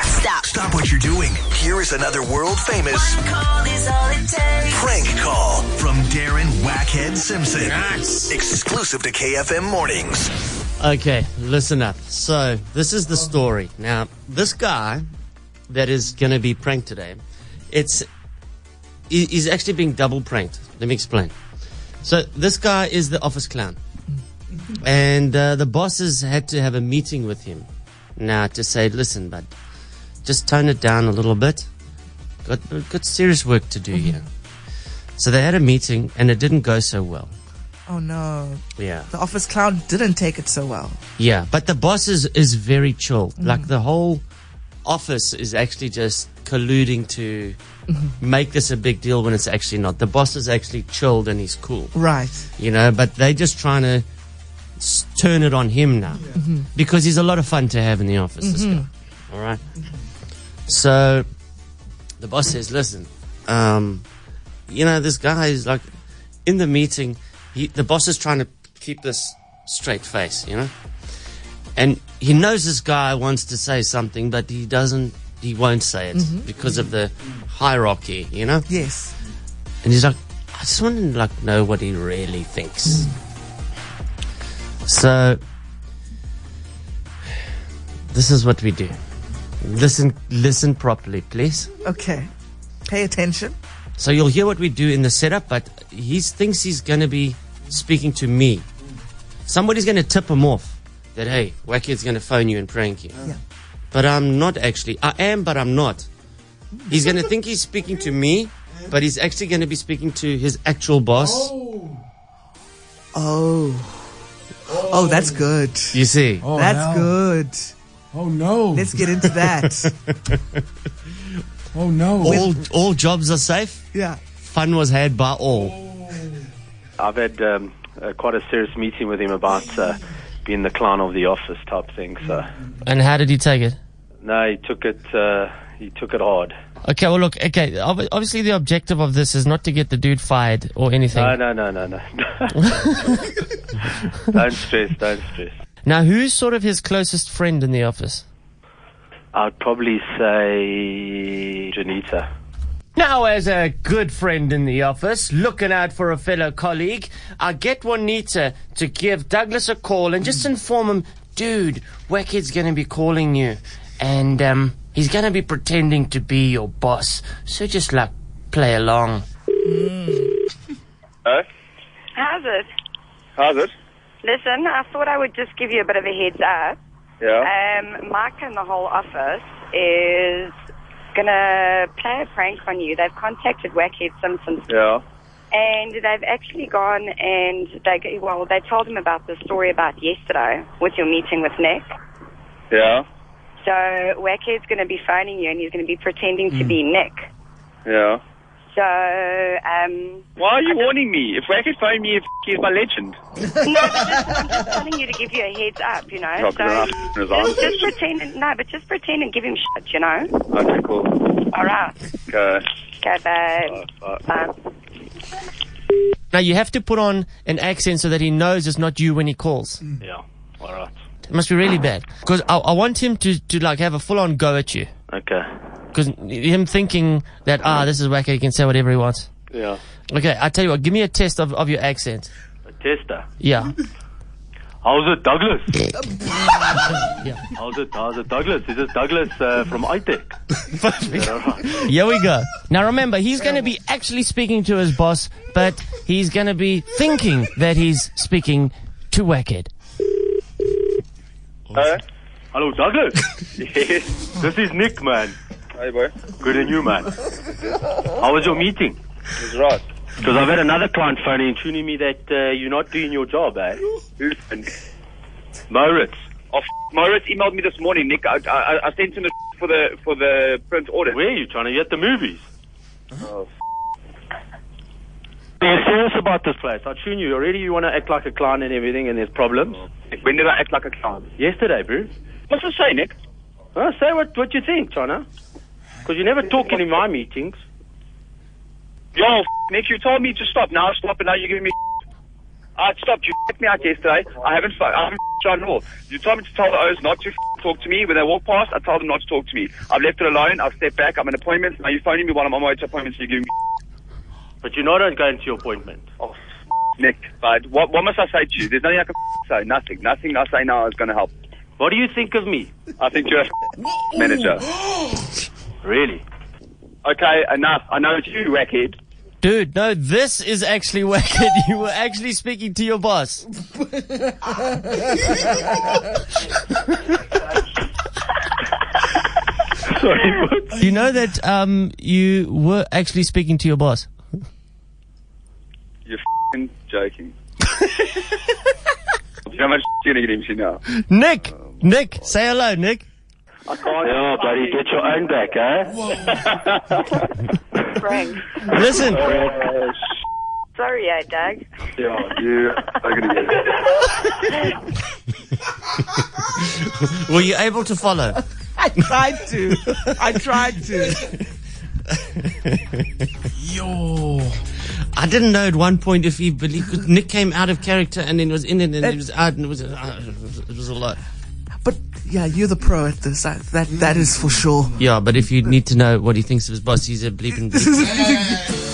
stop. Stop what you're doing. Here is another world famous One call is all it takes. prank call from Darren Wackhead Simpson. Exclusive to KFM Mornings. Okay, listen up. So, this is the story. Now, this guy that is going to be pranked today, it's he- he's actually being double pranked. Let me explain. So, this guy is the office clown. And uh, the bosses had to have a meeting with him now to say, listen, bud, just tone it down a little bit. Got, got serious work to do here. So, they had a meeting and it didn't go so well. Oh no. Yeah. The office clown didn't take it so well. Yeah, but the boss is, is very chill. Like the whole office is actually just colluding to make this a big deal when it's actually not. The boss is actually chilled and he's cool, Right. you know, but they're just trying to s- turn it on him now because he's a lot of fun to have in the office, this guy. All right? So the boss says, listen, um, you know, this guy is like in the meeting, he, the boss is trying to keep this straight face, you know? And he knows this guy wants to say something, but he doesn't, he won't say it because of the hierarchy, you know? Yes. And he's like, I just want to like know what he really thinks. So this is what we do. Listen listen properly, please. Okay. Pay attention. So you'll hear what we do in the setup, but he thinks he's gonna be speaking to me. Somebody's gonna tip him off that hey, Wacky's gonna phone you and prank you. Yeah. But I'm not actually. I am, but I'm not. He's gonna think he's speaking to me, but he's actually gonna be speaking to his actual boss. Oh. Oh, that's good. You see. Oh, that's no. good. Oh no. Let's get into that. oh no. all all jobs are safe. yeah. Fun was had by all. I've had um, uh, quite a serious meeting with him about uh, being the clown of the office type thing. So And how did he take it? no, he took it. Uh, he took it hard. Okay, well look, okay, ob- obviously the objective of this is not to get the dude fired or anything. No, no, no, no, no. don't stress. Don't stress. now who's sort of his closest friend in the office? I'd probably say Janita. Now, as a good friend in the office, looking out for a fellow colleague, I get Juanita to give Douglas a call and just inform him, dude, Wacky's gonna be calling you, and um, he's gonna be pretending to be your boss. So just like play along. Hello? How's it? How's it? Listen, I thought I would just give you a bit of a heads up. Yeah. Um, Mike and the whole office is going to play a prank on you. They've contacted Wackhead Simpson yeah. and they've actually gone and they, well, they told him about the story about yesterday with your meeting with Nick. Yeah. So Wackhead's going to be phoning you and he's going to be pretending to be Nick. Yeah. So, um, Why are you warning me? If Wackett phoned me, if he's my legend. I'm telling you to give you a heads up, you know. Dropping her so in his just, arms. just pretend, no, but just pretend and give him shit, you know. Okay, cool. All right. Okay. Go, Um, babe. Bye. Bye. Now, you have to put on an accent so that he knows it's not you when he calls. Yeah. All right. It must be really bad. Because I, I want him to, to like have a full on go at you. Okay. Because him thinking that, ah, this is wacky, he can say whatever he wants. Yeah. Okay, I tell you what, give me a test of, of your accent. A tester. Yeah. How's it, Douglas? Yeah. How's it? How's it, Douglas? This is Douglas uh, from ITEC. Here we go. Now remember, he's going to be actually speaking to his boss, but he's going to be thinking that he's speaking to Wackhead. Hey. Hello, Douglas. yes. This is Nick, man. Hey, boy. Good and you, man. How was your meeting? He's right. Because I've had another client phoning and tuning me that uh, you're not doing your job, eh? Who's and, Moritz. oh, f- Moritz emailed me this morning, Nick. I, I, I sent him the f- for the for the print order. Where are you trying to get the movies? Oh, Are you serious about this place? I tune you already. You want to act like a clown and everything, and there's problems. f- When did I act like a clown? Yesterday, bro. What's this say, Nick? Huh? Say what, what you think, Chana. Because you never talking in my meetings. Yo, f- Nick, you told me to stop. Now I stop, and now you're giving me. I stopped. You f***ed me out yesterday. I haven't. fu- I haven't f***ed John Wall. You told me to tell the O's not to f- talk to me when they walk past. I told them not to talk to me. I've left it alone. I've stepped back. I'm in appointments. Now you're phoning me while I'm on my way to appointments. You're giving me But you know I don't go into your appointment. off, Nick. But what, what must I say to you? There's nothing I can f- say. Nothing. Nothing I say now is going to help. What do you think of me? I think you're a f- manager. Really? Okay, enough. I know it's you, wackhead. Dude, no, this is actually wicked. You were actually speaking to your boss. Sorry, but You know that um, you were actually speaking to your boss. You're f***ing joking. Do you know how much you're going to get into now? Nick, Nick, say hello, Nick. I can't. yeah, buddy, get your own back, eh? Frank. Listen, Sorry, eh, Doug? Yeah, you are going to get it. were you able to follow? I tried to. I tried to. Yo. I didn't know at one point if he believed 'cause Nick came out of character and then was in it and then he was out and it was uh, it was a lot. But yeah, you're the pro at this. I, that that is for sure. Yeah, but if you need to know what he thinks of his boss, he's a bleeping bleep.